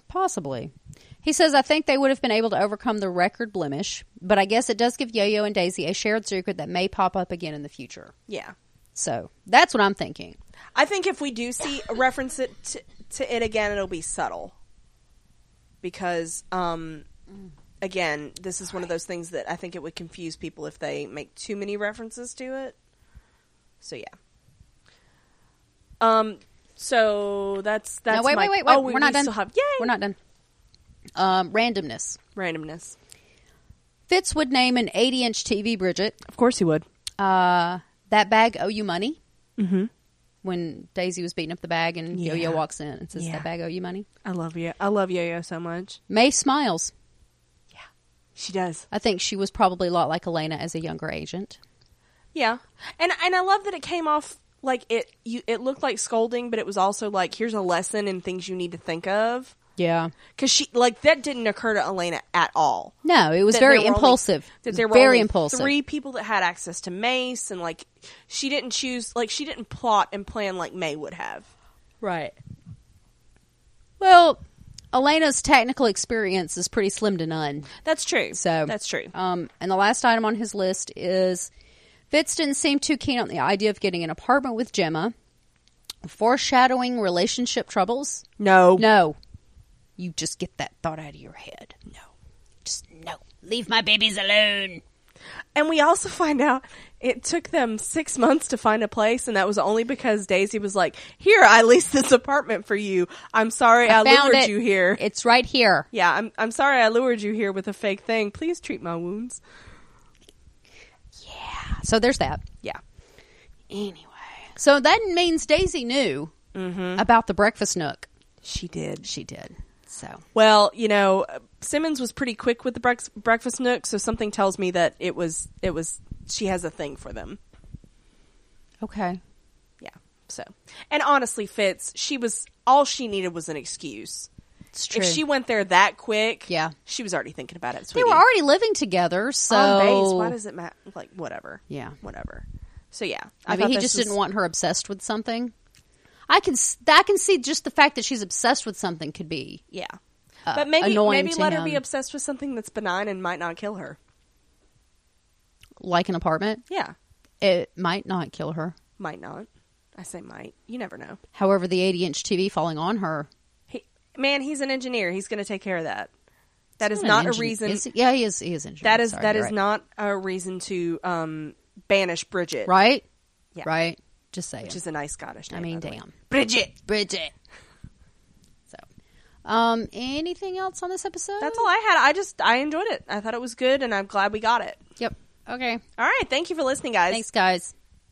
B: Possibly. He says, I think they would have been able to overcome the record blemish, but I guess it does give Yo Yo and Daisy a shared secret that may pop up again in the future.
A: Yeah,
B: So that's what I'm thinking.
A: I think if we do see reference it to, to it again, it'll be subtle because um, again, this is one of those things that I think it would confuse people if they make too many references to it. So yeah. Um. So that's that's
B: No, wait,
A: my-
B: wait, wait, wait.
A: Oh,
B: we,
A: we,
B: are not
A: we
B: done.
A: Still have, yay!
B: We're not done. Um, randomness.
A: randomness.
B: Fitz would name an 80 inch TV, Bridget.
A: Of course, he would.
B: Uh, that bag owe you money. Mm-hmm. When Daisy was beating up the bag and Yo
A: Yeah.
B: Yo walks in and says,
A: Yeah.
B: That bag owe you money.
A: I love you. I love Yo-Yo so much.
B: Mae smiles.
A: Yeah, she does.
B: I think she was probably a lot like Elena as a younger agent.
A: Yeah, and and I love that it came off like it. You it looked like scolding, but it was also like here's a lesson and things you need to think of.
B: Yeah.
A: Because she like that didn't occur to Elena at all.
B: No, it was
A: That
B: very
A: there were only-
B: impulsive.
A: that
B: It
A: there
B: was
A: were
B: very
A: only
B: impulsive.
A: Three people that had access to Mace, and like she didn't choose. Like she didn't plot and plan like May would have.
B: Right. Well, Elena's technical experience is pretty slim to none.
A: That's true.
B: So
A: that's true.
B: Um, and the last item on his list is Fitz didn't seem too keen on the idea of getting an apartment with Gemma, foreshadowing relationship troubles.
A: No,
B: No, you just get that thought out of your head. No, just no. Leave my babies alone.
A: And we also find out it took them six months to find a place, and that was only because Daisy was like, "Here, I leased this apartment for you. I'm sorry I,
B: Found
A: lured
B: it.
A: you here.
B: It's right here.
A: yeah, I'm I'm sorry I lured you here with a fake thing. Please treat my wounds."
B: So there's that.
A: Yeah,
B: Anyway, so that means Daisy knew about the breakfast nook.
A: Mm-hmm. she did.
B: She did. So
A: Well, you know, Simmons was pretty quick with the brex- breakfast nook, so something tells me that it was it was she has a thing for them.
B: okay,
A: Yeah. So, and honestly, Fitz, she was all she needed was an excuse.
B: it's true.
A: If she went there that quick,
B: Yeah.
A: she was already thinking about it.
B: they
A: Sweetie.
B: were already living together, so
A: on base. Why does it matter? Like whatever.
B: Yeah.
A: whatever. So yeah,
B: I
A: thought
B: mean, he
A: this
B: just
A: was-
B: didn't want her obsessed with something. I can s- I can see just the fact that she's obsessed with something could be
A: Yeah,
B: uh,
A: but maybe
B: annoying
A: maybe
B: to
A: let her
B: him.
A: be obsessed with something that's benign and might not kill her.
B: like an apartment.
A: Yeah,
B: It might not kill her.
A: might not. I say might. You never know.
B: However, the 80 inch TV falling on her.
A: He, man, he's an engineer. He's going to take care of that. That is
B: What an
A: not
B: engine-
A: a reason.
B: is- yeah, he is. He is injured.
A: that is
B: Sorry,
A: that
B: you're
A: is
B: right.
A: not a reason to um, banish Bridget,
B: right.
A: Yeah.
B: Right. Just saying.
A: Which is a nice Scottish name.
B: I
A: by
B: mean,
A: the way.
B: damn.
A: Bridget.
B: Bridget. So, um, anything else on this episode?
A: That's all I had. I just I enjoyed it. I thought it was good, and I'm glad we got it.
B: Yep. Okay.
A: All right, thank you for listening, guys.
B: Thanks, guys.